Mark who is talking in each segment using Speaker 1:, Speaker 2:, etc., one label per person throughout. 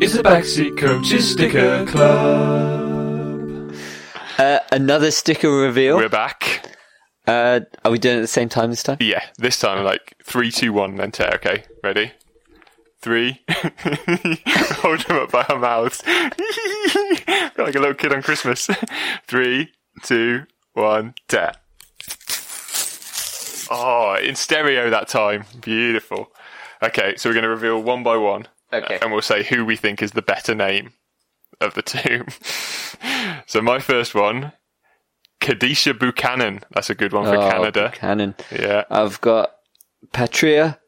Speaker 1: It's the Backseat Coaches Sticker Club.
Speaker 2: Uh, another sticker reveal.
Speaker 3: We're back.
Speaker 2: Uh, are we doing it at the same time this time?
Speaker 3: Yeah, this time like three, two, one, then tear. Okay, ready? Three. Hold them up by our mouths, like a little kid on Christmas. Three, two, one, tear. Oh, in stereo that time. Beautiful. Okay, so we're going to reveal one by one.
Speaker 2: Okay.
Speaker 3: And we'll say who we think is the better name of the two. so my first one, Kadisha Buchanan. That's a good one for
Speaker 2: Oh,
Speaker 3: Canada.
Speaker 2: Cannon.
Speaker 3: Yeah.
Speaker 2: I've got Patria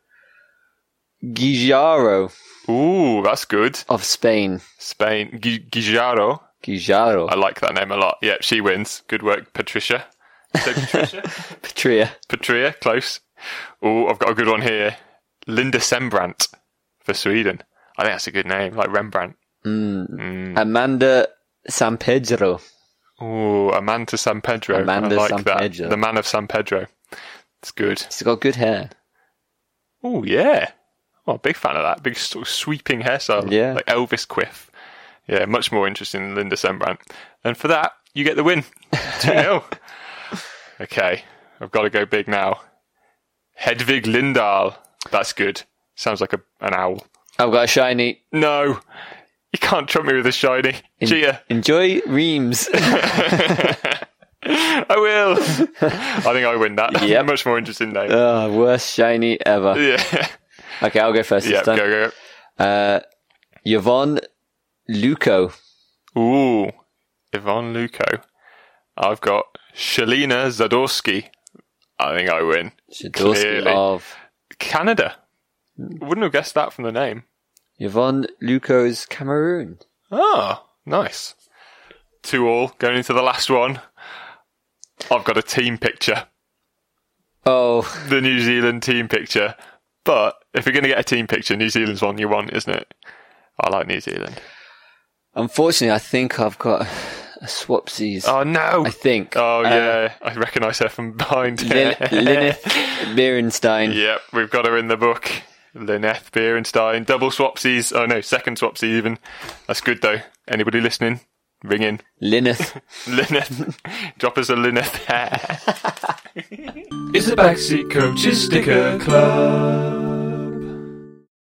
Speaker 2: Guijaro
Speaker 3: Ooh, that's good.
Speaker 2: of Spain.
Speaker 3: Spain. Gu- Guijaro. I
Speaker 2: Guijaro.
Speaker 3: like that name a lot. Yep, she wins. Good work, Patricia. So Patricia?
Speaker 2: Patria.
Speaker 3: Patria, close. Ooh, I've got a good one here. Linda Sembrant for Sweden. I think that's a good name, like Rembrandt. mm.
Speaker 2: Amanda San Pedro.
Speaker 3: Ooh, a man to San Pedro.
Speaker 2: man to
Speaker 3: I like
Speaker 2: San
Speaker 3: that.
Speaker 2: Pedro.
Speaker 3: The man of San Pedro. It's good.
Speaker 2: She's got good hair.
Speaker 3: Oh yeah. Well, big fan of that. Big sort of sweeping hairstyle.
Speaker 2: Yeah.
Speaker 3: Like Elvis Quiff. Yeah, much more interesting than Linda Sembrant. And for that, you get the win. 2 0. okay. I've got to go big now. Hedvig Lindahl. That's good. Sounds like a, an owl.
Speaker 2: I've got a shiny.
Speaker 3: No. You can't trump me with a shiny. Gia.
Speaker 2: Enjoy Reams.
Speaker 3: I will. I think I win that.
Speaker 2: Yep.
Speaker 3: much more interesting name.
Speaker 2: Ah, worst shiny ever.
Speaker 3: yeah.
Speaker 2: Okay, I'll go first
Speaker 3: Yeah,
Speaker 2: this
Speaker 3: go,
Speaker 2: time.
Speaker 3: go, go.
Speaker 2: Uh, Yvonne Luco.
Speaker 3: Ooh, Yvonne Luco. I've got Shalina Zadorski. I think I win.
Speaker 2: Jadorsky
Speaker 3: Clearly.
Speaker 2: of
Speaker 3: Canada. Wouldn't have guessed that from the name.
Speaker 2: Yvonne Luco's Cameroon.
Speaker 3: Oh, nice. Two all. Going into the last one. I've got a team picture.
Speaker 2: Oh,
Speaker 3: The New Zealand team picture. But if you're going to get a team picture, New Zealand's one you want, isn't it? I like New Zealand.
Speaker 2: unfortunately, I think I've got a swapsies.
Speaker 3: Oh, no.
Speaker 2: I think.
Speaker 3: Oh,
Speaker 2: Uh,
Speaker 3: yeah. I recognise her from behind.
Speaker 2: Lin- Lineth Bierenstein.
Speaker 3: Yep, we've got her in the book. Lynette Bierenstein, double swapsies. Oh no, second swapsie even. That's good though. Anybody listening? Ring in.
Speaker 2: Lineth.
Speaker 3: Lynette, drop us a Lynette.
Speaker 1: It's the Backseat Coaches Sticker Club.